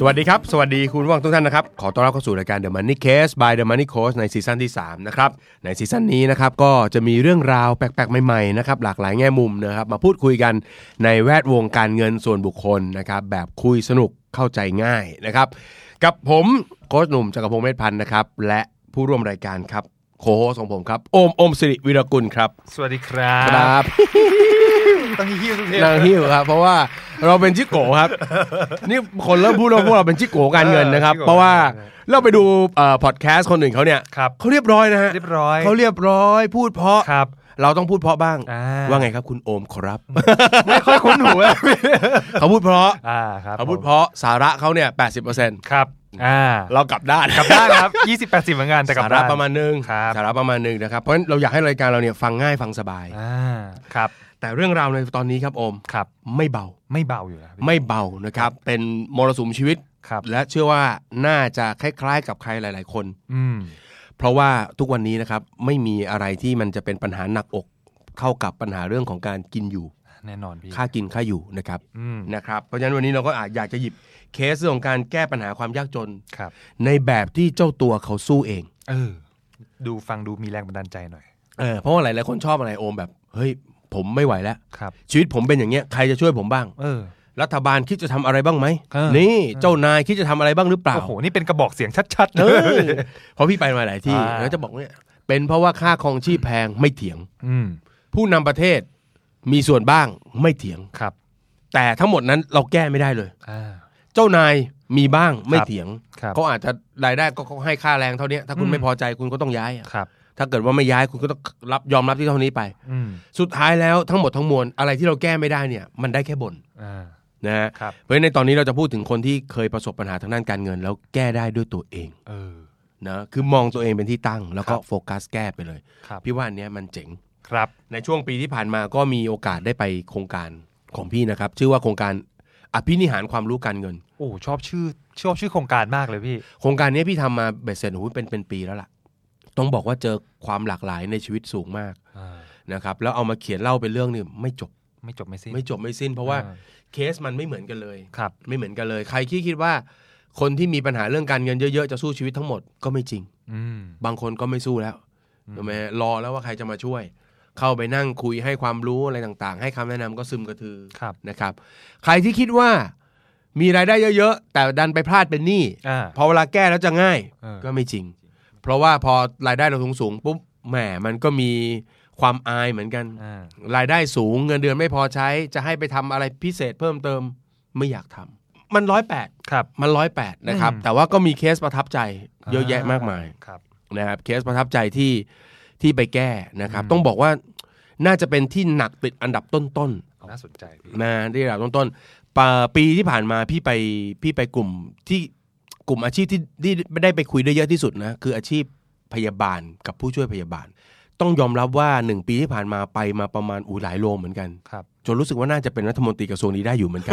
สวัสดีครับ สวัสดีคุณว่างทุกท่านนะครับ ขอต้อนรับเข้าสู่รายการ The Money Case by The Money Coach ในซีซั่นที่ 3 นะครับ ในซีซั่นนี้นะครับ ก็จะมีเรื่องราวแปลกๆ ใหม่ๆ นะครับ หลากหลายแง่มุมนะครับ มาพูดคุยกันในแวดวงการเงินส่วนบุคคลนะครับ แบบคุยสนุกเข้าใจง่ายนะครับ กับผมโค้ชหนุ่มจักรพงศ์เมธพันธ์นะครับ และผู้ร่วมรายการครับโคโฮสของผมครับโอมโอมสิริวิรกุลครับ สวัสดีครับ ครับ ต้องฮิ้วทุกเทป นางหิ้วครับ เพราะว่าเราเป็นจิโกะครับ นี่คนเริ่มพูดว่าพวกเราเป็นจิโกะการเงินนะครับ เพราะว่าเราไปดูพอดแคสต์คนอื่นเขาเนี่ย ครับ เขาเรียบร้อยนะฮะ เรียบร้อย เขาเรียบร้อยพูดเพราะ ครับ เราต้องพูดเพราะบ้าง อ่า ว่าไงครับคุณโอมครับ ไม่ค่อยคุ้นหูอะ เขาพูดเพราะ อ่าครับ เขาพูดเพราะสาระเขาเนี่ยแปดสิบเปอร์เซ็นต์ ครับ อ่า เรากลับด้าน กลับด้านครับยี่สิบแปดสิบเหมือนกันแต่กลับ สา ด้ ระ น ประมาณหนึง ครับ สาระประมาณหนึงนะครับเพราะฉะนั้นเราอยากให้รายการเราเนี่ยฟังง่ายฟังสบาย อ่าครับ แต่เรื่องราวในตอนนี้ครับโอม ครับ ไม่เบา ไม่เบาอยู่นะ ไม่เบานะครับ เป็นมรสุมชีวิต ครับ และเชื่อว่าน่าจะคล้ายๆ กับใครหลาย ๆ คน อืม เพราะว่าทุกวันนี้นะครับไม่มีอะไรที่มันจะเป็นปัญหาหนักอก เข้ากับปัญหาเรื่องของการกินอยู่ แน่นอนพี่ ค่ากินค่าอยู่นะครับ อืม นะครับ เพราะฉะนั้นวันนี้เราก็อาจอยากจะหยิบเคสเรื่องของการแก้ปัญหาความยากจน ครับ ในแบบที่เจ้าตัวเขาสู้เอง เออ ดูฟังดูมีแรงบันดาลใจหน่อย เออเพราะว่าหลายๆคนชอบอะไรโอมแบบเฮ้ยผมไม่ไหวแล้ว ครับ ชีวิตผมเป็นอย่างเงี้ยใครจะช่วยผมบ้าง เออ รัฐบาลคิดจะทำอะไรบ้างไหม เออ นี่เจ้านายคิดจะทำอะไรบ้างหรือเปล่า โอ้โห นี่เป็นกระบอกเสียงชัดๆ เออ เพราะพี่ไปมาหลายที่ อ่า แล้วจะบอกเนี่ยเป็นเพราะว่าค่าครองชีพแพงไม่เถียง อืม ผู้นำประเทศมีส่วนบ้างไม่เถียง ครับ แต่ทั้งหมดนั้นเราแก้ไม่ได้เลย อ่า เจ้านายมีบ้างไม่เถียง ครับ เขาอาจจะรายได้ก็เขาให้ค่าแรงเท่านี้ถ้าคุณ อืม ไม่พอใจคุณก็ต้องย้ายอะ ครับ ถ้าเกิดว่าไม่ย้ายคุณก็ต้องรับยอมรับที่เท่านี้ไป อืม สุดท้ายแล้วทั้งหมดทั้งมวลอะไรที่เราแก้ไม่ได้เนี่ย มันได้แค่บ่น อ่า นะฮะ ครับ เพราะฉะนั้นในตอนนี้เราจะพูดถึงคนที่เคยประสบปัญหาทางด้านการเงิน แล้วแก้ได้ด้วยตัวเอง เออ นะคือมองตัวเองเป็นที่ตั้งแล้วก็ ครับ โฟกัสแก้ไปเลย ครับ พี่ว่าอันเนี้ยมันเจ๋ง ครับ ในช่วงปีที่ผ่านมาก็มีโอกาสได้ไปโครงการของพี่นะครับ ชื่อว่าโครงการอภินิหารความรู้การเงิน โอ้ชอบชื่อชอบชื่อโครงการมากเลยพี่ โครงการเนี้ยพี่ทำมาเบ็ดเสร็จโอ้โหเป็นเป็นปีแล้วล่ะ ต้องบอกว่าเจอความหลากหลายในชีวิตสูงมาก อ่า นะครับแล้วเอามาเขียนเล่าเป็นเรื่องนี่ไม่จบ ไม่จบไม่สิ้น ไม่จบไม่สิ้น เพราะว่า อ่า เคสมันไม่เหมือนกันเลย ครับ ไม่เหมือนกันเลย ใครที่คิดว่า คนที่มีปัญหาเรื่องการเงินเยอะๆจะสู้ชีวิตทั้งหมดก็ไม่จริง อืม บางคนก็ไม่สู้แล้วถูกไหมรอแล้วว่าใครจะมาช่วย เข้าไปนั่งคุยให้ความรู้อะไรต่างๆ ให้คำแนะนำก็ซึมกระทือ ครับ นะครับ ใครที่คิดว่ามีรายได้เยอะๆ แต่ดันไปพลาดเป็นหนี้ อ่า พอเวลาแก้แล้วจะง่าย เออ ก็ไม่จริง เพราะว่าพอรายได้เราสูงๆปุ๊บแหมมันก็มีความอายเหมือนกัน อ่าร ายได้สูงเงินเดือนไม่พอใช้ จะให้ไปทำอะไรพิเศษเพิ่มเติมไม่อยากทำมันร้อยแปด ครับ มันร้อยแปดนะครับ อืม แต่ว่าก็มีเคสประทับใจเยอะแยะมากมาย ครับ นะครับเคสประทับใจที่ที่ไปแก้นะครับ ต้องบอกว่าน่าจะเป็นที่หนักติดอันดับต้น น่าสนใจพี่ ๆนะที่อันดับต้นๆปะปีที่ผ่านมาพี่ไปพี่ไปกลุ่มที่กลุ่มอาชีพที่ที่ได้ไปคุยได้เยอะที่สุดนะคืออาชีพพยาบาลกับผู้ช่วยพยาบาล ต้องยอมรับว่าหนึ่งปีที่ผ่านมาไปมาประมาณอูหลายโลเหมือนกัน ครับ จนรู้สึกว่าน่าจะเป็นรัฐมนตรีกระทรวงนี้ได้อยู่เห มือนกัน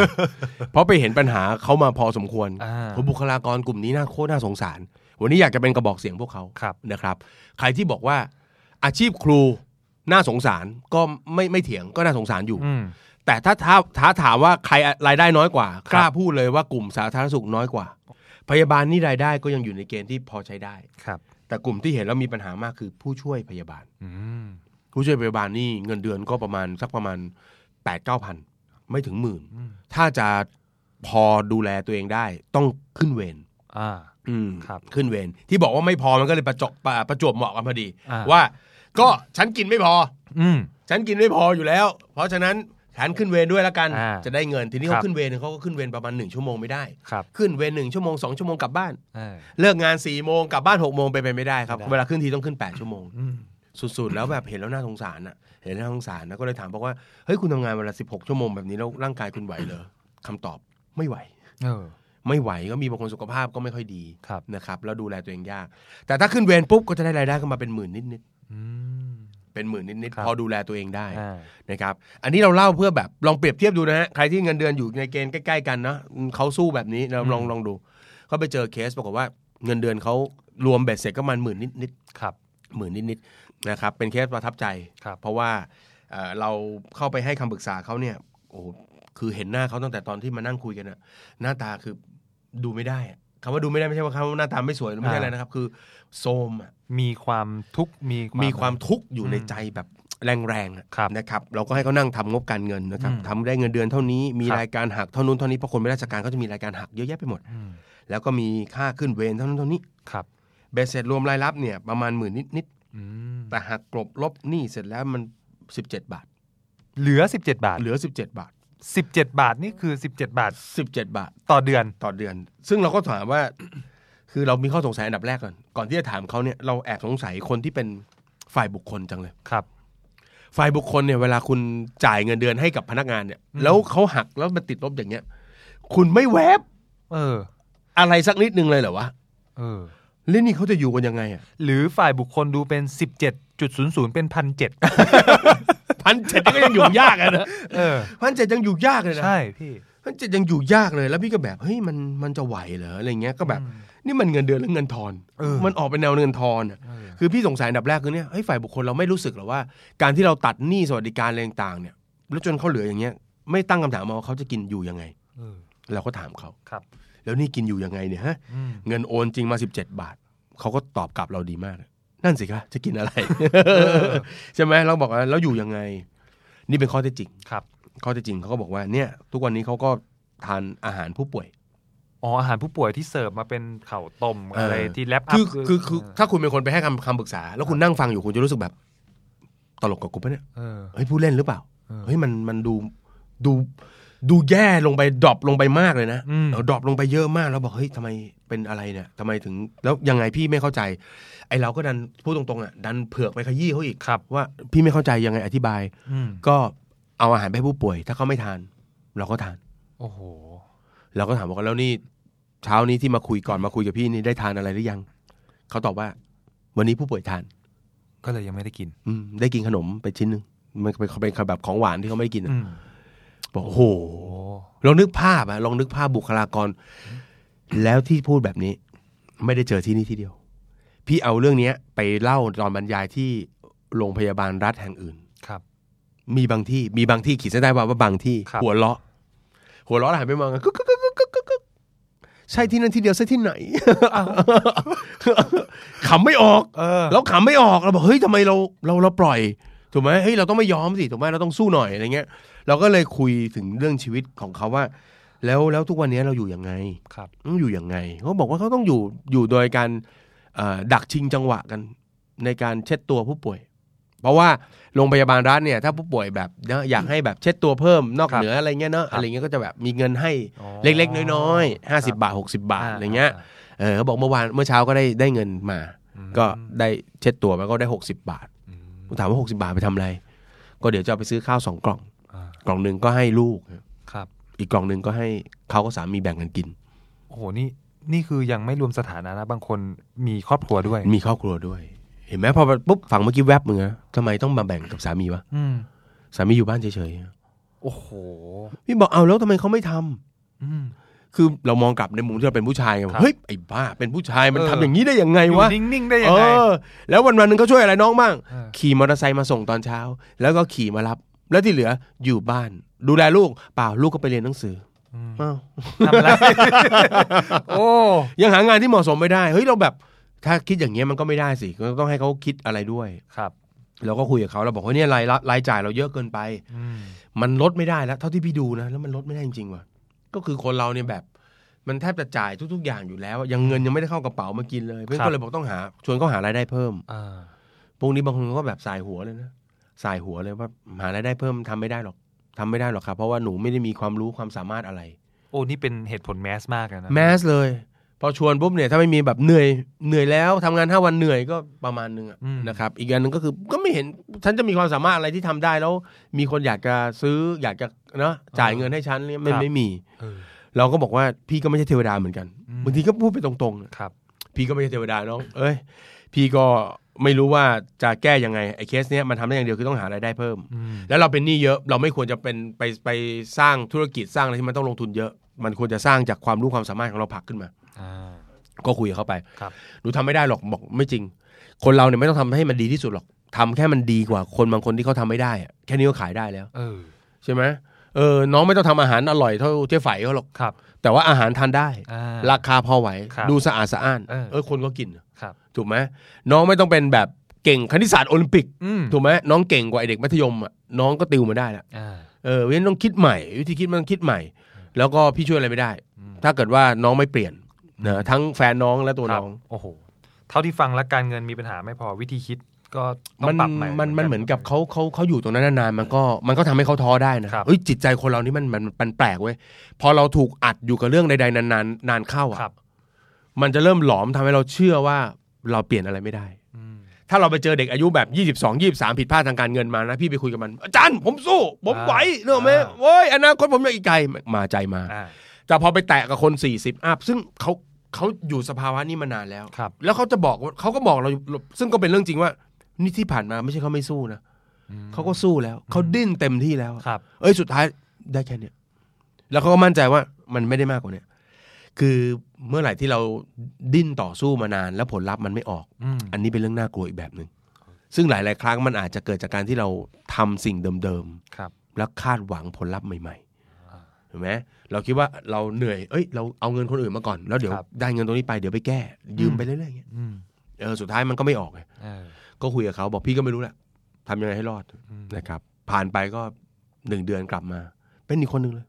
เพราะไปเห็นปัญหาเขามาพอสมควร อ่า ผมบุคลากรกลุ่มนี้น่าโคตรน่าสงสาร วันนี้อยากจะเป็นกระบอกเสียงพวกเขา ครับ นะครับ ใครที่บอกว่าอาชีพครูน่าสงสารก็ไม่ไม่เถียงก็น่าสงสารอยู่ อืม แต่ถ้าท้าท้าถามว่าใครรายได้น้อยกว่า คกรับล้าพูดเลยว่ากลุ่มสาธารณสุขน้อยกว่า พยาบาลนี่รายได้ก็ยังอยู่ในเกณฑ์ที่พอใช้ได้ ครับ แต่กลุ่มที่เห็นแล้วมีปัญหามากคือผู้ช่วยพยาบาล อืม ผู้ช่วยพยาบาลนี่เงินเดือนก็ประมาณสักประมาณ8ปดเก้าพันไม่ถึงหมื่น อืม ถ้าจะพอดูแลตัวเองได้ต้องขึ้นเวร อ่า อืม ครับ ขึ้นเวรที่บอกว่าไม่พอมันก็เลยประจบประประจวบเหมาะกันพอดี อ่า ว่าก็ฉันกินไม่พอ อืม ฉันกินไม่พออยู่แล้ว เพราะฉะนั้นฉันขึ้นเวรด้วยละกัน อ่า จะได้เงินทีนี้ ครั เขา บ ขึ้นเวรเนี่ยเขาก็ขึ้นเวรประมาณหนึ่งชั่วโมงไม่ได้ ครับ ขึ้นเวรหนึ่งชั่วโมงสองชั่วโมงกลับบ้าน เออ เลิกงานสี่โมงกลับบ้านหกโมงไปนไปไม่ได้ครับ ไม่ได้ เวลาขึ้นทีต้องขึ้นแปดชั่วโมง อืม สุดๆ แล้วแบบเห็นแล้วน่าสงสารอ่ะ เห็นแล้วน่าสงสารนะก็เลยถามบอกว่าเฮ้ยคุณทำงานเวลาสิบหกชั่วโมงแบบนี้แล้วร่างกายคุณไหวเหรอคำตอบไม่ไหว เออ ไม่ไหวก็มีบางคนสุขภาพก็ไม่ค่อยดี ครับ นะครับแล้วดูแลตัวเองยาก แต่ถ้าขึ้นเวรปุ๊บก็จะได้รายได้ขึ้นมาเป็นหมื่นนิด อืม ๆ เป็นหมื่นนิด ครับ ๆพอดูแลตัวเองได้ อ่า นะครับอันนี้เราเล่าเพื่อแบบลองเปรียบเทียบดูนะฮะใครที่เงินเดือนอยู่ในเกณฑ์ใกล้ๆกันเนาะอืมเขาสู้แบบนี้เราลองลองดูเขาไปเจอเคสปรากฏว่าเงินเดือนเขารวมเบ็ดเสร็จก็ประมันหมื่นนิด ครับ ๆหมื่นนิดๆนะครับเป็นเคสประทับใจ ครับ เพราะว่าเอ่อเราเข้าไปให้คำปรึกษาเขาเนี่ยโอ้โหคือเห็นหน้าเขาตั้งแต่ตอนที่มานั่งคุยกันอะหน้าตาคือดูไม่ได้อะคำว่าดูไม่ได้ไม่ใช่ว่าเขาหน้าตาไม่สวยไม่ใช่อะไรนะครับ คือโซมอะ มีความทุกข์มี มีความทุกข์อยู่ใน อืม ใจแบบแรงๆอะ ครับ นะครับ เราก็ให้เขานั่งทำงบการเงินนะครับ อืม ทำได้เงินเดือนเท่านี้ มี ครับ รายการหักเท่านู้นเท่านี้เพราะคนไม่ราชการก็จะมีรายการหักเยอะแยะไปหมด อืม แล้วก็มีค่าขึ้นเวรเท่านั้นเท่านี้ ครับ เบสเสร็จรวมรายรับเนี่ยประมาณหมื่นนิด อืม ๆแต่หักกลบลบหนี้เสร็จแล้วมัน 17 บาท เหลือ 17 บาท เหลือ 17 บาท 17 บาทนี่คือ 17 บาท 17 บาท ต่อเดือน ต่อเดือน ซึ่งเราก็ถามว่า คือเรามีข้อสงสัยอันดับแรกก่อนก่อนที่จะถามเขาเนี่ยเราแอบสงสัยคนที่เป็นฝ่ายบุคคลจังเลย ครับ ฝ่ายบุคคลเนี่ยเวลาคุณจ่ายเงินเดือนให้กับพนักงานเนี่ย อืม แล้วเขาหักแล้วมันติดลบอย่างเงี้ย คุณไม่แวบ เออ อะไรสักนิดนึงเลยเหรอวะ เออ แล้วนี่เขาจะอยู่กันยังไงอ่ะ หรือฝ่ายบุคคลดูเป็น 17.00 เป็นพันเจ็ด พันเจ็ดก็ยังอยู่ยากอะนะ เออ พันเจ็ดยังอยู่ยากเลยนะ ใช่พี่ พันเจ็ดยังอยู่ยากเลยแล้วพี่ก็แบบเฮ้ยมันมันจะไหวเหรออะไรเงี้ยก็แบบ อืม นี่มันเงินเดือนหรือเงินทอน เออ มันออกเป็นแนวเงินทอนอะ เออ คือพี่สงสัยอันดับแรกคือเนี่ยเฮ้ยฝ่ายบุคคลเราไม่รู้สึกเหรอว่า การที่เราตัดหนี้สวัสดิการอะไรต่างๆเนี่ยแล้วจนเขาเหลืออย่างเงี้ย ไม่ตั้งคำถามมาว่าเขาจะกินอยู่ยังไง เออ เราก็ถามเขา ครับ แล้วนี่กินอยู่ยังไงเนี่ยฮะ อืม เงินโอนจริงมา 17 บาท เขาก็ตอบกลับเราดีมาก นั่นสิคะจะกินอะไร อ ใช่ไหมเราบอกว่าแล้วอยู่ยังไง นี่เป็นข้อเท็จจริง ครับ ข้อเท็จจริงเขาก็บอกว่าเนี่ย ทุกวันนี้เขาก็ทานอาหารผู้ป่วย อ๋อ อาหารผู้ป่วยที่เสิร์ฟมาเป็นเข่าวต้ม เอออ อะไรที่แรป คือคือคือถ้าคุณเป็นคนไปให้คำคำปรึกษา แล้วคุณนั่งฟังอยู่คุณจะรู้สึกแบบ ตลกกับกูปะเนี่ย เออ เฮ้ยพูดเล่นหรือเปล่า เออ เฮ้ยมันมันดูดูดูแย่ลงไปดรอปลงไปมากเลยนะ อืม เออดรอปลงไปเยอะมากแล้วบอกเฮ้ยทำไมเป็นอะไรเนี่ยทำไมถึง แล้วยังไงพี่ไม่เข้าใจ ไอ้เราก็ดันพูดตรงๆอ่ะดันเผือกไปขยี้เขาอีก ครับ ว่าพี่ไม่เข้าใจยังไงอธิบาย อืม ก็เอาอาหารไปให้ผู้ป่วย ถ้าเขาไม่ทาน เราก็ทาน โอ้โห เราก็ถามว่าแล้วนี่เช้านี้ที่มาคุยก่อนมาคุยกับพี่นี่ได้ทานอะไรหรือยังเขาตอบว่า วันนี้ผู้ป่วยทาน ก็เลยยังไม่ได้กิน อืมได้กินขนมไปชิ้นหนึ่งมันเป็นเป็นแบบของหวานที่เขาไม่ได้กินอะ อืม บอกโอ้โห โอ้ ลองนึกภาพอะลองนึกภาพบุคลากร แล้วที่พูดแบบนี้ ไม่ได้เจอที่นี่ที่เดียว พี่เอาเรื่องเนี้ย ไปเล่าตอนบรรยายที่โรงพยาบาลรัฐแห่งอื่น ครับ มีบางที่มีบางที่ขีดเส้นใต้ว่าว่าบางที่ ครับ หัวเราะ หัวเราะแล้วหันไปมองกันกึกกึกกึกกึกกึกกึกกึกใช่ที่นั่นที่เดียวใช่ที่ไหน ขำไม่ออก เออ เราขำไม่ออกเราบอกเฮ้ยทำไมเราเราเราปล่อยถูกไหมเฮ้ยเราต้องไม่ยอมสิถูกไหมเราต้องสู้หน่อยอะไรเงี้ย เราก็เลยคุยถึงเรื่องชีวิตของเขาว่า แล้วแล้วทุกวันนี้เราอยู่ยังไง ครับ ต้องอยู่ยังไงเขาบอกว่าเขาต้องอยู่อยู่โดยการเอ่อดักชิงจังหวะกันในการเช็ดตัวผู้ป่วย เพราะว่าโรงพยาบาลรัฐเนี่ยถ้าผู้ป่วยแบบเนอะอยากให้แบบเช็ดตัวเพิ่มนอก ครับ เหนืออะไรเงี้ยเนอะ ครับ อะไรเงี้ยก็จะแบบมีเงินให้ อ๋อ เล็กๆ น้อยๆห้าสิบบาทหกสิบบาทอะไรเงี้ย า เออเขาบอกเมื่อวานเมื่อเช้าก็ได้ได้เงินมา อืม ก็ได้เช็ดตัวมันก็ได้ 60 บาท อืม ผมถามว่า 60 บาทไปทำอะไร ก็เดี๋ยวจะเอาไปซื้อข้าวสองกล่อง อ่าก ล่องหนึ่งก็ให้ลูก ครับ อีกกล่องหนึ่งก็ให้เขากับสามีแบ่งกันกิน โอ้โห นี่ นี่คือยังไม่รวมสถานะนะ บางคนมีครอบครัวด้วย มีครอบครัวด้วย เห็นไหมพอปุ๊บฝังเมื่อกี้แวบมึงนะทำไมต้องมาแบ่งกับสามีวะ อืม สามีอยู่บ้านเฉย โอ้โห ๆพี่บอกเอาแล้วทำไมเขาไม่ทำ อืม คือเรามองกลับในมุมที่เราเป็นผู้ชายไง ครับ เฮ้ยไอ้บ้าเป็นผู้ชายมัน เออ ทำอย่างนี้ได้ยังไง อยู่ วะ นิ่ง ๆ ได้ยั เอง ไง อ แล้ววันวันๆหนึ่งเขาช่วยอะไรน้องบ้าง เออ ขี่มอเตอร์ไซค์มาส่งตอนเช้า แล้วก็ขี่มารับ แล้วที่เหลืออยู่บ้าน ดูแลลูกเปล่าลูกก็ไปเรียนหนังสือ อืม อ้าว ทำอะไร โอ้ ยังหางานที่เหมาะสมไม่ได้เฮ้ยเราแบบ ถ้าคิดอย่างเงี้ยมันก็ไม่ได้สิก็ต้องให้เขาคิดอะไรด้วย ครับ เราก็คุยกับเขาเราบอกว่าเนี่ยรายรับรายจ่ายเราเยอะเกินไป อืม มันลดไม่ได้แล้ว เท่าที่พี่ดูนะแล้วมันลดไม่ได้จริงๆว่ะก็คือคนเราเนี่ยแบบ มันแทบจะจ่ายทุก ๆ อย่างอยู่แล้วอะยังเงินยังไม่ได้เข้ากระเป๋ามากินเลยเพื่อน ครับ ก็เลยบอกต้องหาชวนเขาหารายได้เพิ่ม อ่า พวกนี้บางคนก็แบบสายหัวเลยนะสายหัวเลยว่าหารายได้เพิ่มทำไม่ได้หรอกทำไม่ได้หรอกครับ เพราะว่าหนูไม่ได้มีความรู้ความสามารถอะไร โอ้ นี่เป็นเหตุผลแมสมากเลยนะ แมสเลย พอชวนปุ๊บเนี่ยถ้าไม่มีแบบเหนื่อยเหนื่อยแล้วทำงานห้าวันเหนื่อยก็ประมาณหนึงอะ อืม นะครับอีกอันหนึ่งก็คือก็ไม่เห็นฉันจะมีความสามารถอะไรที่ทำได้แล้ว มีคนอยากจะซื้ออยากจะเนาะจ่ายเงินให้ฉันเนี่ยไม่ไม่มี เออ เราก็บอกว่าพี่ก็ไม่ใช่เทวดาเหมือนกัน อืม บางทีก็พูดไปตรงๆนะ ครับ พี่ก็ไม่ใช่เทวดาน้อง เอ้ย พี่ก็ไม่รู้ว่าจะแก้ยังไงไอ้เคสเนี้ยมันทำได้อย่างเดียวคือต้องหารายได้เพิ่ม แล้วเราเป็นหนี้เยอะเราไม่ควรจะเป็นไปไปสร้างธุรกิจสร้างอะไรที่มันต้องลงทุนเยอะ มันควรจะสร้างจากความรู้ความสามารถของเราผลักขึ้นมา อ่า ก็คุยกับเขาไป ครับ หนูทำไม่ได้หรอกบอกไม่จริง คนเราเนี่ยไม่ต้องทำให้มันดีที่สุดหรอกทำแค่มันดีกว่าคนบางคนที่เขาทำไม่ได้อะแค่นี้ก็ขายได้แล้ว เออ ใช่ไหมเออน้องไม่ต้องทำอาหารอร่อยเท่าเจ๊ไฝเขาหรอก ครับ แต่ว่าอาหารทานได้ อ่า ราคาพอไหว ครับ ดูสะอาดสะอ้าน เออ เออคนก็กิน ครับ ถูกไหมน้องไม่ต้องเป็นแบบเก่งคณิตศาสตร์โอลิมปิก อืม ถูกไหมน้องเก่งกว่าไอ้เด็กมัธยมอ่ะน้องก็ติวมาได้ละ อ่า เออเพราะฉะนั้นต้องคิดใหม่ วิธีคิดมันต้องคิดใหม่ แล้วก็พี่ช่วยอะไรไม่ได้ อืม ถ้าเกิดว่าน้องไม่เปลี่ยนนะทั้งแฟนน้องและตัว ครับ น้อง โอ้โห เท่าที่ฟังแล้วการเงินมีปัญหาไม่พอวิธีคิดก็ต้อ มั ง น ปรับใหม่ มันมันเหมือนกับเขาเขาเขาอยู่ตรงนั้นนานๆมันก็มันก็ทำให้เขาท้อได้นะครับ เอ้ยจิตใจคนเรานี่มันมันมันแปลกเว้ยพอเราถูกอัดอยู่กับเรื่องใดๆนานๆนานเข้าอ่ะ ครับ มันจะเริ่มหลอมทำให้เราเชื่อว่าเราเปลี่ยนอะไรไม่ได้ อืม ถ้าเราไปเจอเด็กอายุแบบ 22 23 ผิดพลาดทางการเงินมานะ พี่ไปคุยกับมัน อาจารย์ผมสู้ ผมไหวเนกอ่าอะไหม อ่า โอ้ยอนาคตผมยังอีกไกลมาใจมา อ่า แต่พอไปแตะกับคน 40อัพซึ่งเขาเขาอยู่สภาวะนี้มานานแล้ว ครับ แล้วเขาจะบอกว่าเขาก็บอกเราอยู่ซึ่งก็เป็นเรื่องจริงว่า นี่ที่ผ่านมาไม่ใช่เขาไม่สู้นะ อืม เขาก็สู้แล้ว เขาดิ้นเต็มที่แล้ว ครับ เอ้ยสุดท้ายได้แค่เนี้ยแล้วเขาก็มั่นใจว่ามันไม่ได้มากกว่าเนี้ยคือเมื่อไหร่ที่เราดิ้นต่อสู้มานาน แล้วผลลัพธ์มันไม่ออก อืม อันนี้เป็นเรื่องน่ากลัวอีกแบบหนึ่งซึ่งหลาย ๆ ครั้งมันอาจจะเกิดจากการที่เราทำสิ่งเดิม ครับ ๆ แล้วคาดหวังผลลัพธ์ใหม่ๆเห็นไหมเราคิดว่าเราเหนื่อยเอ้ย เราเอาเงินคนอื่นมาก่อน แล้วเดี๋ยว ครับ ได้เงินตรงนี้ไปเดี๋ยวไปแก้ ยืมไปเรื่อยๆอย่างเงี้ย อืม เออสุดท้ายมันก็ไม่ออกไง เออ ก็คุยกับเขาบอกพี่ก็ไม่รู้แหละทำยังไงให้รอด อืม นะครับ ผ่านไปก็หนึ่งเดือนกลับมา เป็นอีกคนหนึ่งเลย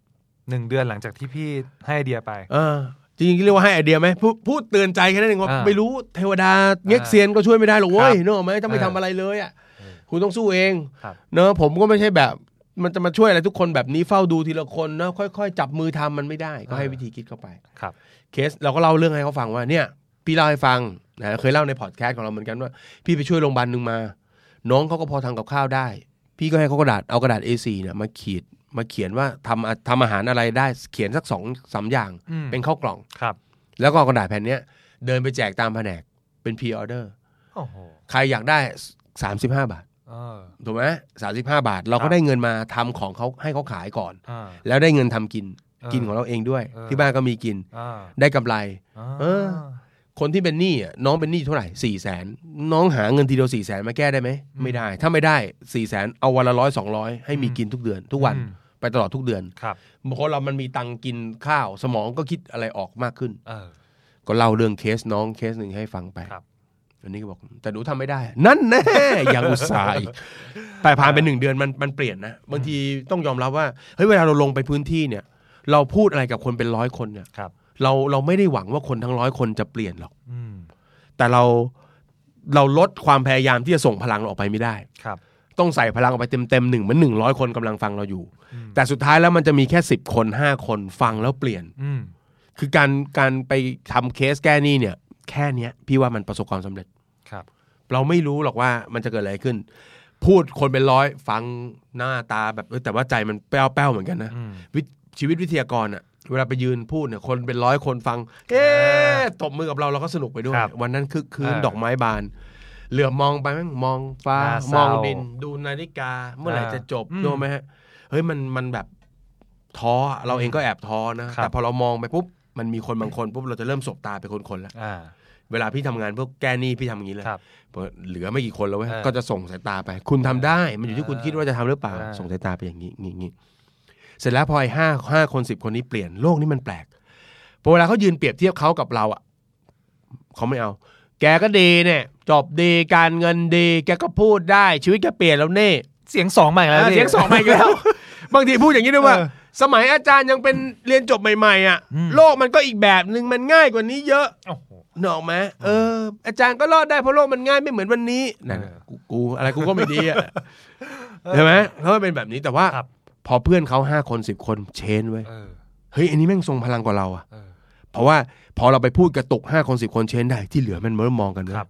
หนึ่งเดือนหลังจากที่พี่ให้ไอเดียไป เออจริงๆเรียกว่าให้ไอเดียไหมพูดพูดเตือนใจแค่นั้นเองว่า อ่า ไม่รู้เทวดาเง็กเซียนก็ช่วยไม่ได้หรอกเว้ย ครับ เนกอะไหมถ้าไม่ เออ ทำอะไรเลยอ่ะ เออ คุณต้องสู้เอง ครับ เนอะผมก็ไม่ใช่แบบ มันจะมาช่วยอะไรทุกคนแบบนี้เฝ้าดูทีละคนเนอะค่อยๆ จับมือทำมันไม่ได้ ก็ให้ เออ วิธีคิดเข้าไป ครับ เคสเราก็เล่าเรื่องให้เขาฟังว่าเนี่ย พี่เล่าให้ฟังนะเคยเล่าในพอดแคสต์ของเราเหมือนกันว่า พี่ไปช่วยโรงพยาบาลหนึ่งมา น้องเขาก็พอทำกับข้าวได้ พี่ก็ให้เขากระดาษเอากระดาษ A4 เนี่ยมาขีดมาเขียนว่าทำอะทำอาหารอะไรได้เขียนสักสองสามอย่าง อืม เป็นข้าวกล่อง ครับ แล้วก็เอากระดาษแผ่นเนี้ยเดินไปแจกตามแผนกเป็นพรีออเดอร์ โอ้โห ใครอยากได้ 35 บาท เออ ถูกไหมสาบาบาท เรา ครั ก็ บ ได้เงินมาทำของเขาให้เขาขายก่อน อ่า แล้วได้เงินทำกิน เออ กินของเราเองด้วย เออ ที่บ้านก็มีกิน อ่า ได้กำไร อ่า เออ คนที่เป็นหนี้อะน้องเป็นหนี้เท่าไหร่สี่แสนน้องหาเงินทีเดียวสี่แสนมาแก้ได้ไหมไม่ได้ ถ้าไม่ได้สี่แสนเอาวันละร้อยสองร้อยให้มีกินทุกเดือน ทุกวัน อืม ไปตลอดทุกเดือน ครับ บางคนเรามันมีตังค์กินข้าว สมองก็คิดอะไรออกมากขึ้น เออ ก็เล่าเรื่องเคสน้องเคสหนึ่งให้ฟังไป ครับ อันนี้ก็บอกแต่หนูทำไม่ได้ นั่นแน่ อย่างอุตส่าห์อีกแต่ผ่านไปหนึ่งเดือนมันมันเปลี่ยนนะ บางทีต้องยอมรับว่าเฮ้ยเวลาเราลงไปพื้นที่เนี่ย เราพูดอะไรกับคนเป็นร้อยคนเนี่ย ครับ เราเราไม่ได้หวังว่าคนทั้งร้อยคนจะเปลี่ยนหรอก อืม แต่เราเราลดความพยายามที่จะส่งพลังเราออกไปไม่ได้ ครับ ต้องใส่พลังออกไปเต็มเต็มๆหนึ่งเหมือนหนึ่งร้อยคนกำลังฟังเราอยู่ อืม แต่สุดท้ายแล้วมันจะมีแค่สิบคนห้าคนฟังแล้วเปลี่ยน อืม คือการการไปทำเคสแก้หนี้เนี่ย แค่เนี้ยพี่ว่ามันประสบความสำเร็จ ครับ เราไม่รู้หรอกว่ามันจะเกิดอะไรขึ้น พูดคนเป็นร้อยฟังหน้าตาแบบเออแต่ว่าใจมันแป้วแป้วๆเหมือนกันนะ อืม วิทชีวิตวิทยากรอะเวลาไปยืนพูดเนี่ยคนเป็นร้อยคนฟัง เอ๊ะตบมือกับเราเราก็สนุกไปด้วย ครับ วันนั้นคึกคืน เออ ดอกไม้บาน เหลือบมองไปแม่งมองฟ้า น่าเศ ม ร้า องดิน ดูนาฬิกาเมื่อไหร่จะจบ อ่าอืม รู้ไหมฮะเฮ้ยมันมันแบบท้ออะเราเองก็แอบท้อนะครับ แต่พอเรามองไปปุ๊บมันมีคนบางคนปุ๊บเราจะเริ่มสบตาไปคนๆแล้ว อ่า เวลาพี่ทำงานพวกแก้หนี้พี่ทำอย่างนี้เลย ครับ เพราะเหลือไม่กี่คนแล้วเว้ย เออ ก็จะส่งสายตาไป คุณทำได้ มันอยู่ที่คุณ เออ คิดว่าจะทำหรือเปล่า เออ ส่งสายตาไปอย่างนี้งี้งี้เสร็จแล้วพอไอ้ห้าห้าคนสิบคนนี้เปลี่ยนโลกนี้มันแปลกพอเวลาเขายืนเปรียบเทียบเขากับเราอ่ะเขาไม่เอา แกก็ดีเนี่ย จบดีการเงินดี แกก็พูดได้ ชีวิตแกเปลี่ยนแล้วเน่ เสียงสองใหม่แล้ว อ่า พี่ เสียงสองมาอีก แล้ว บางทีพูดอย่างนี้ด้วยว่า เออ สมัยอาจารย์ยังเป็นเรียนจบใหม่ๆอ่ะ อืม โลกมันก็อีกแบบนึงมันง่ายกว่านี้เยอะ โอ้โห นกออกไหมเออ อาจารย์ก็รอดได้เพราะโลกมันง่ายไม่เหมือนวันนี้นั่นน่ะกูกูอะไรกูก็ไม่ดีอะใช่ไหมเขาเป็นแบบนี้แต่ว่า ครับ พอเพื่อนเขาห้าคนสิบคนเชนไว้ย เออ เฮ้ยอันนี้แม่งทรงพลังกว่าเราอะ เออ เพราะว่าพอเราไปพูดกระตุกห้าคนสิบคนเชนได้ที่เหลือมันเริ่มมองกันเว้ย ครับ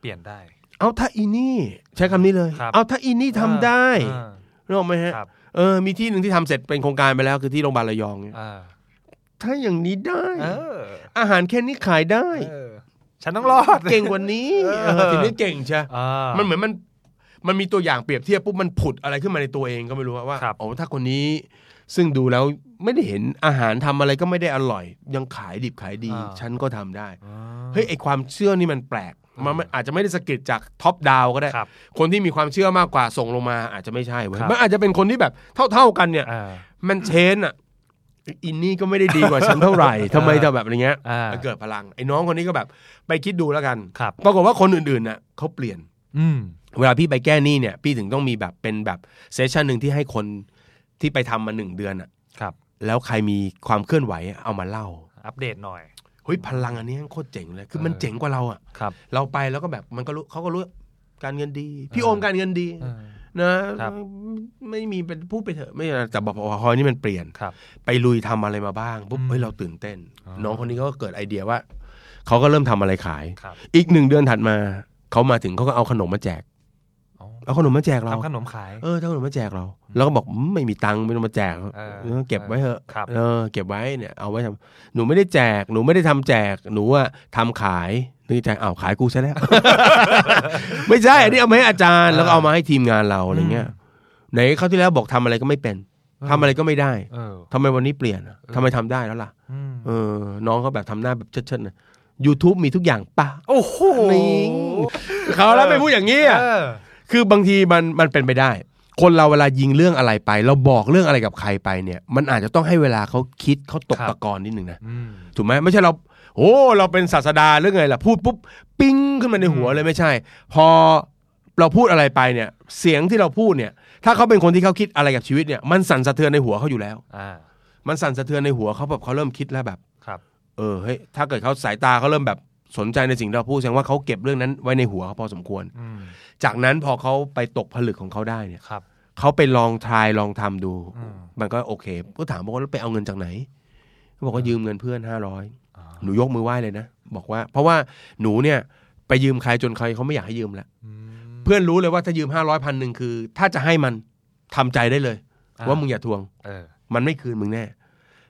เปลี่ยนได้ เอาถ้าอีนี่ ใช้คำนี้เลย ครับ เอาถ้าอีนี่ทำได้ อ่า รู้ไหมฮะ ครับ เออมีที่หนึ่งที่ทำเสร็จเป็นโครงการไปแล้วคือที่โรงพยาบาลระยองเนี่ย อ่า ถ้าอย่างนี้ได้ เออ อาหารแค่นี้ขายได้ เออ ฉันต้องรอด เก่งกว่านี้ เออ เออถึงได้เก่งใช่ อ่า มันเหมือนมันมันมีตัวอย่างเปรียบเทียบปุ๊บมันผุดอะไรขึ้นมาในตัวเองก็ไม่รู้ว่า ครับ โอ้ถ้าคนนี้ซึ่งดูแล้วไม่ได้เห็นอาหารทำอะไรก็ไม่ได้อร่อย ยังขายดิบขายดี ฉันก็ทำได้ อ่า เฮ้ยไอความเชื่อนี่มันแปลกมันมันอาจจะไม่ได้สะกิดจากท็อปดาวก็ได้ ครับ คนที่มีความเชื่อมากกว่าส่งลงมาอาจจะไม่ใช่เว้ย ครับ มันอาจจะเป็นคนที่แบบเท่า ๆกันเนี่ย อ่า มันเชนอะอินนี่ก็ไม่ได้ดีกว่าฉันเท่าไห ร่ทำไมจะแบบอะไรเงี้ย อ่า เกิดพลังไอ้น้องคนนี้ก็แบบ ไปคิดดูแล้วกัน ครับ ปรากฏว่าคนอื่นๆน่ะเขาเปลี่ยน อืม เวลาพี่ไปแก้หนี้เนี่ยพี่ถึงต้องมีแบบเป็นแบบเซสชันหนึ่งที่ให้คนที่ไปทำมาหนึ่งเดือนอะ ครับ แล้วใครมีความเคลื่อนไหวอะเอามาเล่า อัปเดตหน่อย เฮ้ยพลังอันนี้โคตรเจ๋งเลยคือมัน เออ เจ๋งกว่าเราอะ ครับ เราไปแล้วก็แบบมันก็รู้เขาก็รู้การเงินดี พี่ เอ โอ อ มการเงินดี เออ นะครับ ไม่มีเป็นพูดไปเถอะไม่แต่บอกว่าฮอยนี่มันเปลี่ยน ครับ ไปลุยทำอะไรมาบ้างปุ๊บ อืม เฮ้ยเราตื่นเต้น อ๋อ น้องคนนี้ก็เกิดไอเดียว่าเขาก็เริ่มทำอะไรขาย ครับ อีกหนึ่งเดือนถัดมาเขามาถึงเขาก็เอาขนมมาแจก เอา เอาขนมมาแจกเรา ทำขนมขาย เออถ้าขนมมาแจกเราเราก็บอกอืมไม่มีตังค์ไม่ต้องมาแจก เออ เออเก็บไว้เถอะ ครับ เออเก็บไว้เนี่ยเอาไว้ทำหนูไม่ได้แจกหนูไม่ได้ทำแจกหนูว่าทำขายนึกในใจอ้าวขายกูใช่ แล้ว ไม่ใช่อันนี้เอามาให้อาจารย์แล้วก็เอามาให้ทีมงานเราอะไรเงี้ยไหนเขาวที่แล้วบอกทำอะไรก็ไม่เป็นทำอะไรก็ไม่ได้ เออ ทำไมวันนี้เปลี่ยนอะ เออ ทำไมทำได้แล้วล่ะ อืม เออ น้องเขาแบบทำหน้าแบบเชิดๆนะ YouTube มีทุกอย่างป่ะ โอ้โห นิงเขาแล้วไม่พูดอย่างนี้อะ เออ คือบางทีมันมันเป็นไปได้ คนเราเวลายิงเรื่องอะไรไป เราบอกเรื่องอะไรกับใครไปเนี่ย มันอาจจะต้องให้เวลาเขาคิดเขาตก ครับ ตะกอนนิดหนึ่งนะ อืม ถูกไหมไม่ใช่เรา โอ้ เราเป็นศาสดาเรื่องไงล่ะ พูดปุ๊บ ปิ้งขึ้นมาในหัวเลยไม่ใช่ พอเราพูดอะไรไปเนี่ย เสียงที่เราพูดเนี่ย ถ้าเขาเป็นคนที่เขาคิดอะไรกับชีวิตเนี่ย มันสั่นสะเทือนในหัวเขาอยู่แล้ว อ่า มันสั่นสะเทือนในหัวเขาแบบเขาเริ่มคิดแล้วแบบ ครับ เออเฮ้ยถ้าเกิดเขาสายตาเขาเริ่มแบบสนใจในสิ่งที่เราพูดแสดงว่าเขาเก็บเรื่องนั้นไว้ในหัวเขาพอสมควร อืม จากนั้นพอเขาไปตกผลึกของเขาได้เนี่ย ครับ เขาไปลองทายลองทำดู อืม มันก็โอเค ก็ถามบอกว่าแล้วไปเอาเงินจากไหนเขาบอกว่ายืมเงินเพื่อนห้าร้อย อ่า หนูยกมือไหว้เลยนะ บอกว่า เพราะว่าหนูเนี่ยไปยืมใครจนใครเขาไม่อยากให้ยืมแล้ว อืม เพื่อนรู้เลยว่าถ้ายืมห้าร้อยพันหนึ่งคือ ถ้าจะให้มันทำใจได้เลย อ่า ว่ามึงอย่าทวง เออ มันไม่คืนมึงแน่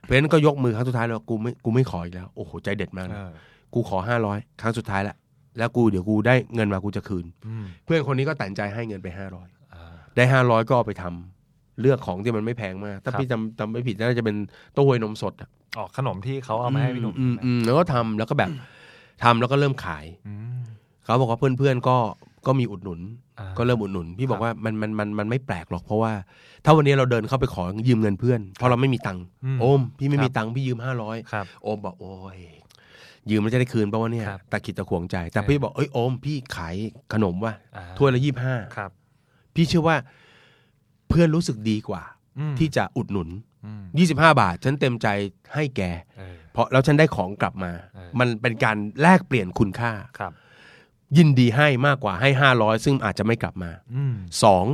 เพราะฉะนั้นก็ยกมือครั้งสุดท้ายแล้วกูไม่กูไม่ขออีกแล้วโอ้โหใจเด็ดมากนะ เออ กูขอห้าร้อยครั้งสุดท้ายละแล้วกูเดี๋ยวกูได้เงินมากูจะคืน อืม เพื่อนคนนี้ก็ตัดสินใจให้เงินไปห้าร้อย อ่า ได้ห้าร้อยก็เอาไปทำเลือกของที่มันไม่แพงมาก ถ้า ครับ พี่จำจำไม่ผิดน่าจะเป็นเต้าหวยนมสดอะ ออกขนมที่เขาเอามาให้พี่หนุ่ม อืมอืมแล้วก็ทำแล้วก็แบบทำแล้วก็เริ่มขาย อืม เขาบอกว่าเพื่อนๆก็ก็มีอุดหนุน อ่า ก็เริ่มอุดหนุน พี่บอกว่ามันมันมันมันไม่แปลกหรอกเพราะว่า ถ้าวันนี้เราเดินเข้าไปขอยืมเงินเพื่อนเพราะเราไม่มีตังค์ อืม โอมพี่ไม่ ครับ มีตังค์พี่ยืมห้าร้อย ครับ โอมบอกโอ้ยยืมแล้วจะได้คืนป่าวะเนี่ย ครับ ตะขิดตะขวงใจ แต่ เออ พี่บอกเอ้ยโอมพี่ขายขนมว่ะ อ่า ถ้วยละยี่ห้า ครับ พี่เชื่อว่าเพื่อนรู้สึกดีกว่า อืม ที่จะอุดหนุน อืม 25 บาท ฉันเต็มใจให้แก เออ เพราะแล้วฉันได้ของกลับมา เออ มันเป็นการแลกเปลี่ยนคุณค่า ครับ ยินดีให้มากกว่าให้ 500 ซึ่งอาจจะไม่กลับมา อืม สอง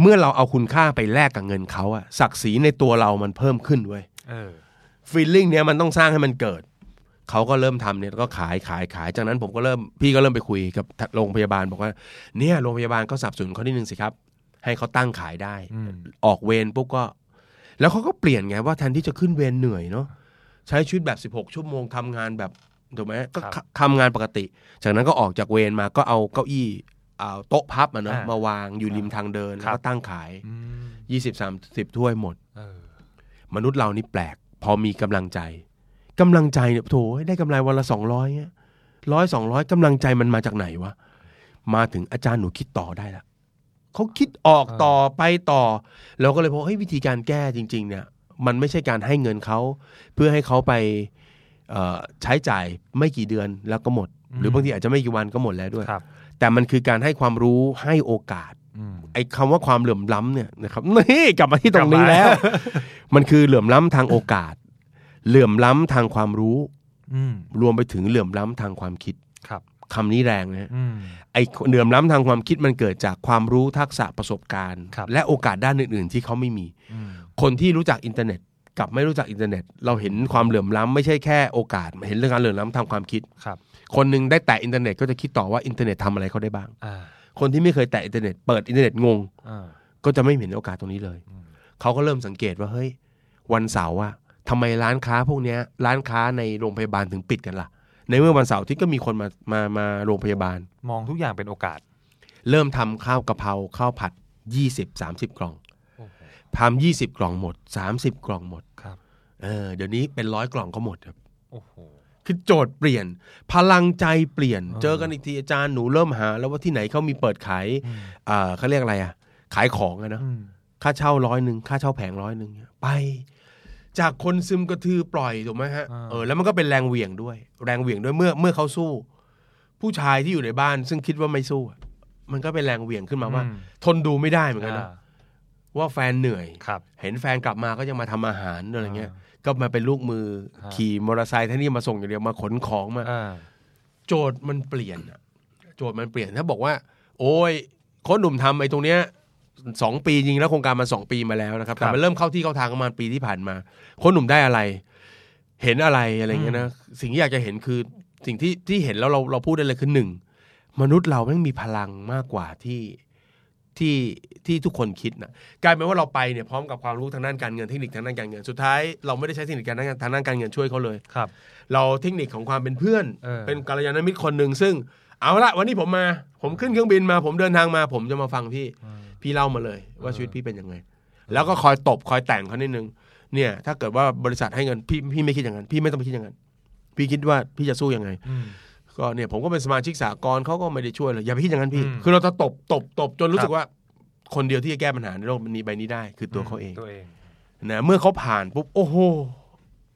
เมื่อเราเอาคุณค่าไปแลกกับเงินเขาอะศักดิ์ศรีในตัวเรามันเพิ่มขึ้นเว้ย เออ ฟีลลิ่งเนี้ยมันต้องสร้างให้มันเกิด เขาก็เริ่มทำเนี่ยแล้วก็ขายขายขาย จากนั้นผมก็เริ่มพี่ก็เริ่มไปคุยกับโรงพยาบาลบอกว่า เนี่ยโรงพยาบาลก็สนับสนุนเขานิดนึงสิครับ ให้เขาตั้งขายได้ อืม ออกเวรปุ๊บก็ แล้วเขาก็เปลี่ยนไงว่าแทนที่จะขึ้นเวรเหนื่อยเนาะใช้ชีวิตแบบ 16 ชั่วโมงทำงานแบบถูกไหมก็ ครับ ทำงานปกติ จากนั้นก็ออกจากเวรมาก็เอาเก้าอี้เอาโต๊ะพับมาเนาะ อ่าม มาวางอยู่ริมทางเดิน ครั แล้วบก็ตั้งขาย อืม 20 30ถ้วยหมด เออ มนุษย์เรานี่แปลก พอมีกำลังใจกำลังใจเนี่ยโถได้กำไรวันละสองร้อยเนี่ยร้อยสองร้อยกำลังใจมันมาจากไหนวะ มาถึงอาจารย์หนูคิดต่อได้ละเขาคิดออก เออ ต่อไปต่อ เราก็เลยพบเฮ้ยวิธีการแก้จริง ๆ เนี่ย มันไม่ใช่การให้เงินเขา เพื่อให้เขาไปเอ่อใช้จ่ายไม่กี่เดือนแล้วก็หมด หรือบางทีอาจจะไม่กี่วันก็หมดแล้วด้วย ครับ แต่มันคือการให้ความรู้ให้โอกาส อืม ไอ้คำว่าความเหลื่อมล้ำเนี่ยนะครับ นี่กลับมาที่ตรงนี้แล้ว กลับ มันคือเหลื่อมล้ำทางโอกาส เหลื่อมล้ำทางความรู้ อืม รวมไปถึงเหลื่อมล้ำทางความคิด ครับ คำนี้แรงนะฮะ อืม ไอ้เหลื่อมล้ำทางความคิดมันเกิดจากความรู้ทักษะประสบการณ์ ครับ และโอกาสด้านอื่น ๆ ที่เขาไม่มี อืม คนที่รู้จักอินเทอร์เน็ตกับไม่รู้จักอินเทอร์เน็ต เราเห็นความเหลื่อมล้ำไม่ใช่แค่โอกาสเห็นเรื่องการเหลื่อมล้ำทางความคิด ครับ คนหนึ่งได้แตะอินเทอร์เน็ตก็จะคิดต่อว่าอินเทอร์เน็ตทำอะไรเขาได้บ้าง อ่า คนที่ไม่เคยแตะอินเทอร์เน็ตเปิดอินเทอร์เน็ตงง อ่า ก็จะไม่เห็นโอกาสตรงนี้เลย อืม เขาก็เริ่มสังเกตว่าเฮ้ย วันเสาร์อะทำไมร้านค้าพวกเนี้ย ร้านค้าในโรงพยาบาลถึงปิดกันล่ะ ในเมื่อวันเสาร์อาที่ก็มีคนมามามาโรงพยาบาล มองทุกอย่างเป็นโอกาส เริ่มทำข้าวกะเพราข้าวผัด 20 30 กล่อง โอ้โห ทำ20 กล่องหมด 30 กล่องหมด ครับ เออเดี๋ยวนี้เป็นร้อยกล่องก็หมดครับ โอ้โห คือโจทย์เปลี่ยน พลังใจเปลี่ยน อ่า เจอกันอีกทีอาจารย์หนูเริ่มหา แล้วว่าที่ไหนเขามีเปิดขาย อืม เอ่อเขาเรียกอะไรอ่ะ ขายของอะเนอะ อืม ค่าเช่าร้อยหนึ่งค่าเช่าแผงร้อยหนึ่งเนี่ยไป จากคนซึมกระทือปล่อยถูกไหมฮะ า เออแล้วมันก็เป็นแรงเหวี่ยงด้วย แรงเหวี่ยงด้วยเมื่อเมื่อเขาสู้ ผู้ชายที่อยู่ในบ้าน ซึ่งคิดว่าไม่สู้อะมันก็เป็นแรงเหวี่ยงขึ้นมาว่า อื ทนดูไม่ได้เหมือนกันนะ อ่า ว่าแฟนเหนื่อย ครับ เห็นแฟนกลับมาก็ยังมาทำอาหารอะไรเงี้ย า ก็มาเป็นลูกมืออา ขี่มอเตอร์ไซค์ท่านี่มาส่งอย่างเดียวมาขนของมา อ่า โจทย์มันเปลี่ยนอะโจทย์มันเปลี่ยนถ้าบอกว่า โอ้ยโค้ชหนุ่มทำไอ้ตรงเนี้ยสองปีจริงแล้วโครงการมาสองปีมาแล้วนะครับแต่มันเริ่มเข้าที่เข้าทางประมาณปีที่ผ่านมาโค้ชหนุ่มได้อะไร เห็นอะไรอะไรเงี้ยนะสิ่งที่อยากจะเห็นคือสิ่งที่ที่เห็นแล้วเราเราพูดได้เลยคือหนึ่งมนุษย์เราแม่งมีพลังมากกว่าที่ที่ที่ทุกคนคิดนะกลายเป็นว่าเราไปเนี่ยพร้อมกับความรู้ทางด้านการเงินเทคนิคทางด้านการเงินสุดท้ายเราไม่ได้ใช้เทคนิคการด้านทางด้านการเงินช่วยเขาเลย ครับ เราเทคนิคของความเป็นเพื่อน เออ เป็นกัลยาณมิตรคนหนึ่งซึ่ง เอาละวันนี้ผมมา ผมขึ้นเครื่องบินมา ผมเดินทางมา ผมจะมาฟังพี่ อืม พี่เล่ามาเลยว่า เออ ชีวิตพี่เป็นยังไง แล้วก็คอยตบคอยแต่งเขานิดนึงเนี่ย ถ้าเกิดว่าบริษัทให้เงินพี่พี่ไม่คิดอย่างนั้น พี่ไม่ต้องไปคิดอย่างนั้น พี่คิดว่าพี่จะสู้ยังไง อืม ก็เนี่ยผมก็เป็นสมาชิกสากลเขาก็ไม่ได้ช่วยเลยอย่าไปคิดอย่างนั้นพี่ อืม คือเราจะตบตบตบจนรู้สึกว่า คนเดียวที่จะแก้ปัญหาในโลกนี้ใบนี้ได้ คือตัวเขาเอง ตัวเอง นะเมื่อเขาผ่านปุ๊บโอ้โห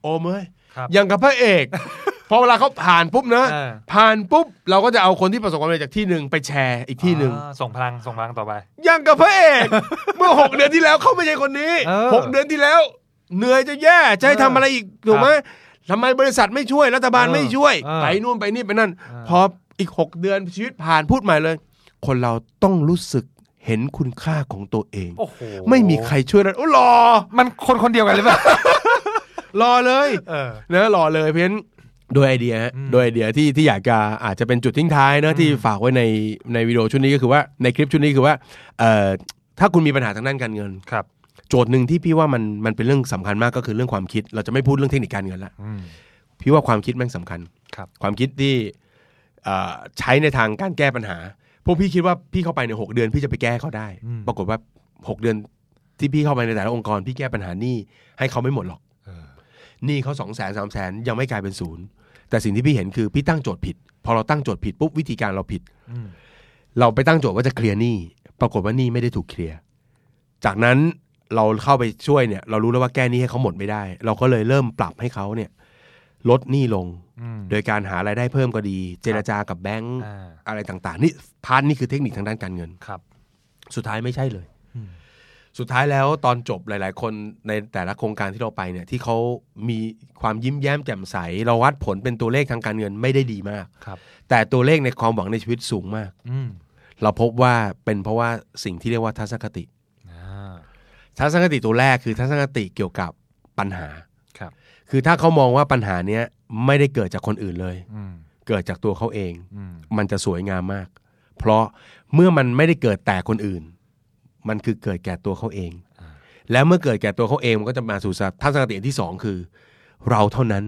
โอมเอ้ย ครับ อย่างกับพระเอก พอเวลาเขาผ่านปุ๊บนะ อ่า ผ่านปุ๊บ เราก็จะเอาคนที่ประสบความสำเร็จจากที่หนึ่งไปแชร์อีกที่หนึ่ง อ่าส่งพลังส่งพลังต่อไป อย่างกับพระเอก เมื่อหกเดือนที่แล้วเขาไม่ใช่คนนี้ เออ หกเดือนที่แล้ว เหนื่อยจะแย่จะให้ทำอะไรอีกถูกไหมทำไมบริษัทไม่ช่วยรัฐบาล เออ ไม่ช่วย เออ ไปนู่นไปนี่ไปนั่น เออ พออีกหกเดือนชีวิตผ่านพูดใหม่เลย คนเราต้องรู้สึกเห็นคุณค่าของตัวเอง โอ้โห ไม่มีใครช่วยเราโอ้รอ มันคนคนเดียวกันเลยป่ะ รอเลย เออ เนอะรอเลยเพราะฉะนั้นโดยไอเดียฮะ อืม โดยไอเดียที่ที่อยากจะอาจจะเป็นจุดทิ้งท้ายเนอะที่ฝากไว้ในในวิดีโอชุดนี้ก็คือว่าในคลิปชุดนี้คือว่าเอ่อถ้าคุณมีปัญหาทางด้านการเงิน ครับ โจทย์หนึ่งที่พี่ว่ามันมันเป็นเรื่องสำคัญมากก็คือเรื่องความคิด เราจะไม่พูดเรื่องเทคนิคการเงินละ อืม พี่ว่าความคิดแม่งสำคัญ ครับ ความคิดที่เอ่อใช้ในทางการแก้ปัญหา พวกพี่คิดว่าพี่เข้าไปในหกเดือนพี่จะไปแก้เขาได้ อืม ปรากฏว่าหกเดือนที่พี่เข้าไปในแต่ละองค์กรพี่แก้ปัญหานี่ให้เขาไม่หมดหรอก เออ หนี้เขาสองแสนสามแสนยังไม่กลายเป็นศูนย์แต่สิ่งที่พี่เห็นคือพี่ตั้งโจทย์ผิด พอเราตั้งโจทย์ผิดปุ๊บวิธีการเราผิด อืม เราไปตั้งโจทย์ว่าจะเคลียร์หนี้ปรากฏว่าหนี้ไม่ได้ถูกเคลียร์จากนั้นเราเข้าไปช่วยเนี่ย เรารู้แล้วว่าแก้หนี้ให้เขาหมดไม่ได้ เราก็เลยเริ่มปรับให้เขาเนี่ย ลดหนี้ลง อืม โดยการหารายได้เพิ่มก็ดี เจรจากับแบงก์ อ่า อะไรต่างๆนี่พาร์ทนี่คือเทคนิคทางด้านการเงิน ครับ สุดท้ายไม่ใช่เลย อืม สุดท้ายแล้วตอนจบหลาย ๆ คนในแต่ละโครงการที่เราไปเนี่ย ที่เขามีความยิ้มแย้มแจ่มใส เราวัดผลเป็นตัวเลขทางการเงินไม่ได้ดีมาก ครับ แต่ตัวเลขในความหวังในชีวิตสูงมาก อืม เราพบว่าเป็นเพราะว่าสิ่งที่เรียกว่าทัศนคติ อ่า ทัศนคติตัวแรกคือทัศนคติเกี่ยวกับปัญหา ครับ คือถ้าเขามองว่าปัญหาเนี้ยไม่ได้เกิดจากคนอื่นเลย อืม เกิดจากตัวเขาเอง อืม มันจะสวยงามมาก เพราะเมื่อมันไม่ได้เกิดแต่คนอื่น มันคือเกิดแก่ตัวเขาเอง และเมื่อเกิดแก่ตัวเขาเองมันก็จะมาสู่ทัศนคติอันที่สองคือ เราเท่านั้น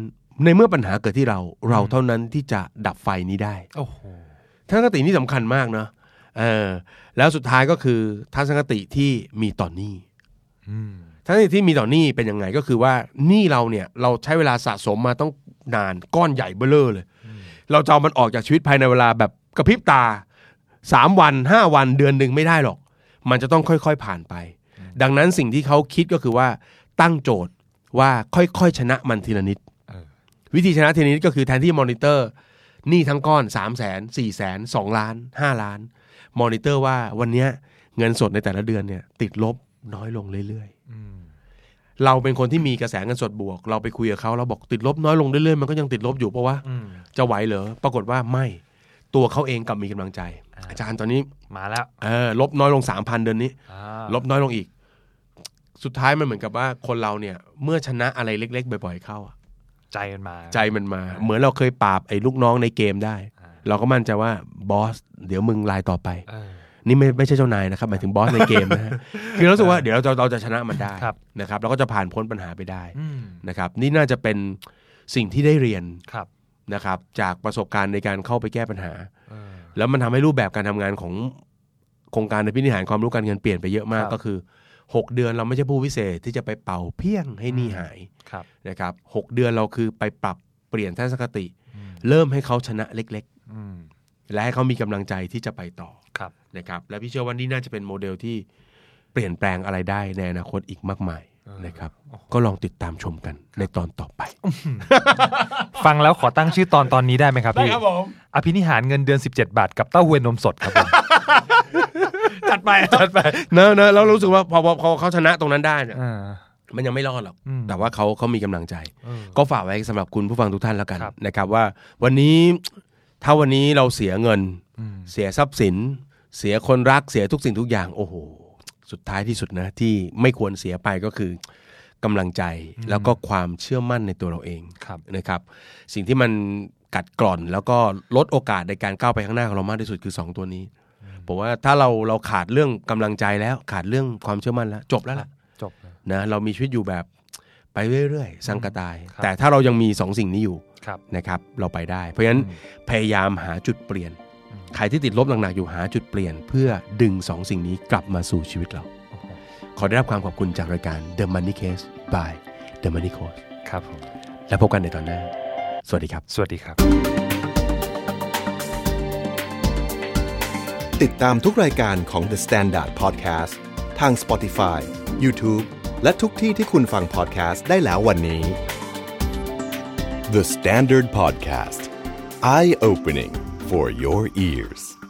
ในเมื่อปัญหาเกิดที่เรา เราเท่านั้นที่จะดับไฟนี้ได้ โอ้โห ทัศนคตินี้สำคัญมากเนาะเออ แล้วสุดท้ายก็คือทัศนคติที่มีต่อนหนี้ อืม ทั้งที่ที่มีต่อหนี้เป็นยังไงก็คือว่าหนี้เราเนี่ยเราใช้เวลาสะสมมาต้องนานก้อนใหญ่เบ้อเร่อเลย เราจะเอามันออกจากชีวิตภายในเวลาแบบกระพริบตาสามวันห้าวันเดือนหนึ่งไม่ได้หรอก มันจะต้องค่อยๆผ่านไป ดังนั้นสิ่งที่เขาคิดก็คือว่าตั้งโจทย์ว่าค่อยๆชนะมันทีละนิด เออ วิธีชนะทีละนิดก็คือแทนที่มอนิเตอร์หนี้ทั้งก้อน3 0 0 0 0 0 4 0 0 0 0 2ล้าน5ล้าน มอนิเตอร์ว่าวันเนี้ยเงินสดในแต่ละเดือนเนี่ยติดลบน้อยลงเรื่อยๆ อืม เราเป็นคนที่มีกระแสเงินสดบวก เราไปคุยกับเขาเราบอกติดลบน้อยลงเรื่อยๆมันก็ยังติดลบอยู่เพราะว่า อืม จะไหวเหรอปรากฏว่าไม่ตัวเขาเองกลับมีกำลังใจ อ่า อาจารย์ตอนนี้ มาแล้ว เออลบน้อยลงสามพันเดือนนี้ อ่า ลบน้อยลงอีก สุดท้ายมันเหมือนกับว่าคนเราเนี่ย เมื่อชนะอะไรเล็ก ๆ บ่อย ๆ เข้าอะ ใจมันมา ใจมันมา เหมือนเราเคยปราบไอ้ลูกน้องในเกมได้ อ่า เราก็มั่นใจว่าบอสเดี๋ยวมึงลายต่อไป เออ นี่ไม่ไม่ใช่เจ้านายนะครับหมายถึงบอสในเกมนะฮะคือเรารู้สึกว่าเดี๋ยวเราจะเราจะชนะมันได้ ครับ นะครับเราก็จะผ่านพ้นปัญหาไปได้ อืม นะครับนี่น่าจะเป็นสิ่งที่ได้เรียน ครับ นะครับจากประสบการณ์ในการเข้าไปแก้ปัญหา เออ แล้วมันทำให้รูปแบบการทำงานของโครงการในพินิหารความรู้การเงินเปลี่ยนไปเยอะมาก ครับ ก็คือ 6 เดือนเราไม่ใช่ผู้พิเศษที่จะไปเป่าเพี้ยงให้หนี่หาย ครับ นะครับหกเดือนเราคือไปปรับเปลี่ยนทัศนคติ อืม เริ่มให้เขาชนะเล็ก อืม ๆ และให้เขามีกำลังใจที่จะไปต่อ ครับ นะครับและพี่เชื่อว่านี่น่าจะเป็นโมเดลที่เปลี่ยนแปลงอะไรได้ในอนาคตอีกมากมาย เออ นะครับก็ลองติดตามชมกันในตอนต่อไป ฟังแล้วขอตั้งชื่อตอนตอนนี้ได้ไหมครับพี่อภินิหารเงินเดือน 17 บาทกับเต้าหวยนมสดครับผม จัดไปจัดไปเนอะเนอะเรารู้สึกว่าพอพอพอเขาชนะตรงนั้นได้เนี่ย อ่า มันยังไม่รอดหรอก อืม แต่ว่าเขาเขามีกำลังใจ เออ ก็ฝากไว้สำหรับคุณผู้ฟังทุกท่านแล้วกัน ครับ นะครับว่าวันนี้ ถ้าวันนี้เราเสียเงิน อืม เสียทรัพย์สิน เสียคนรักเสียทุกสิ่งทุกอย่าง โอ้โห สุดท้ายที่สุดนะ ที่ไม่ควรเสียไปก็คือกำลังใจแล้วก็ความเชื่อมั่นในตัวเราเอง ครับ นะครับ สิ่งที่มันกัดกร่อนแล้วก็ลดโอกาสในการก้าวไปข้างหน้าของเรามากที่สุดคือสองตัวนี้ผมว่าถ้าเราเราขาดเรื่องกำลังใจแล้วขาดเรื่องความเชื่อมั่นแล้วจบแล้วล่ะ จบเลย นะเรามีชีวิตอยู่แบบไปเรื่อยๆ สังกะตาย ครับ แต่ถ้าเรายังมีสองสิ่งนี้อยู่ ครับ นะครับ เราไปได้ เพราะฉะนั้นพยายามหาจุดเปลี่ยน อืม ใครที่ติดลบหนักๆอยู่หาจุดเปลี่ยน เพื่อดึงสองสิ่งนี้กลับมาสู่ชีวิตเรา โอ้โห ขอได้รับความขอบคุณจากรายการ The Money Case by The Money Coach ครับผม และพบกันในตอนหน้า สวัสดีครับ สวัสดีครับ ติดตามทุกรายการของ The Standard Podcast ทาง Spotify, YouTube และทุกที่ที่คุณฟัง podcast ได้แล้ววันนี้ The Standard Podcast Eye Opening for Your Ears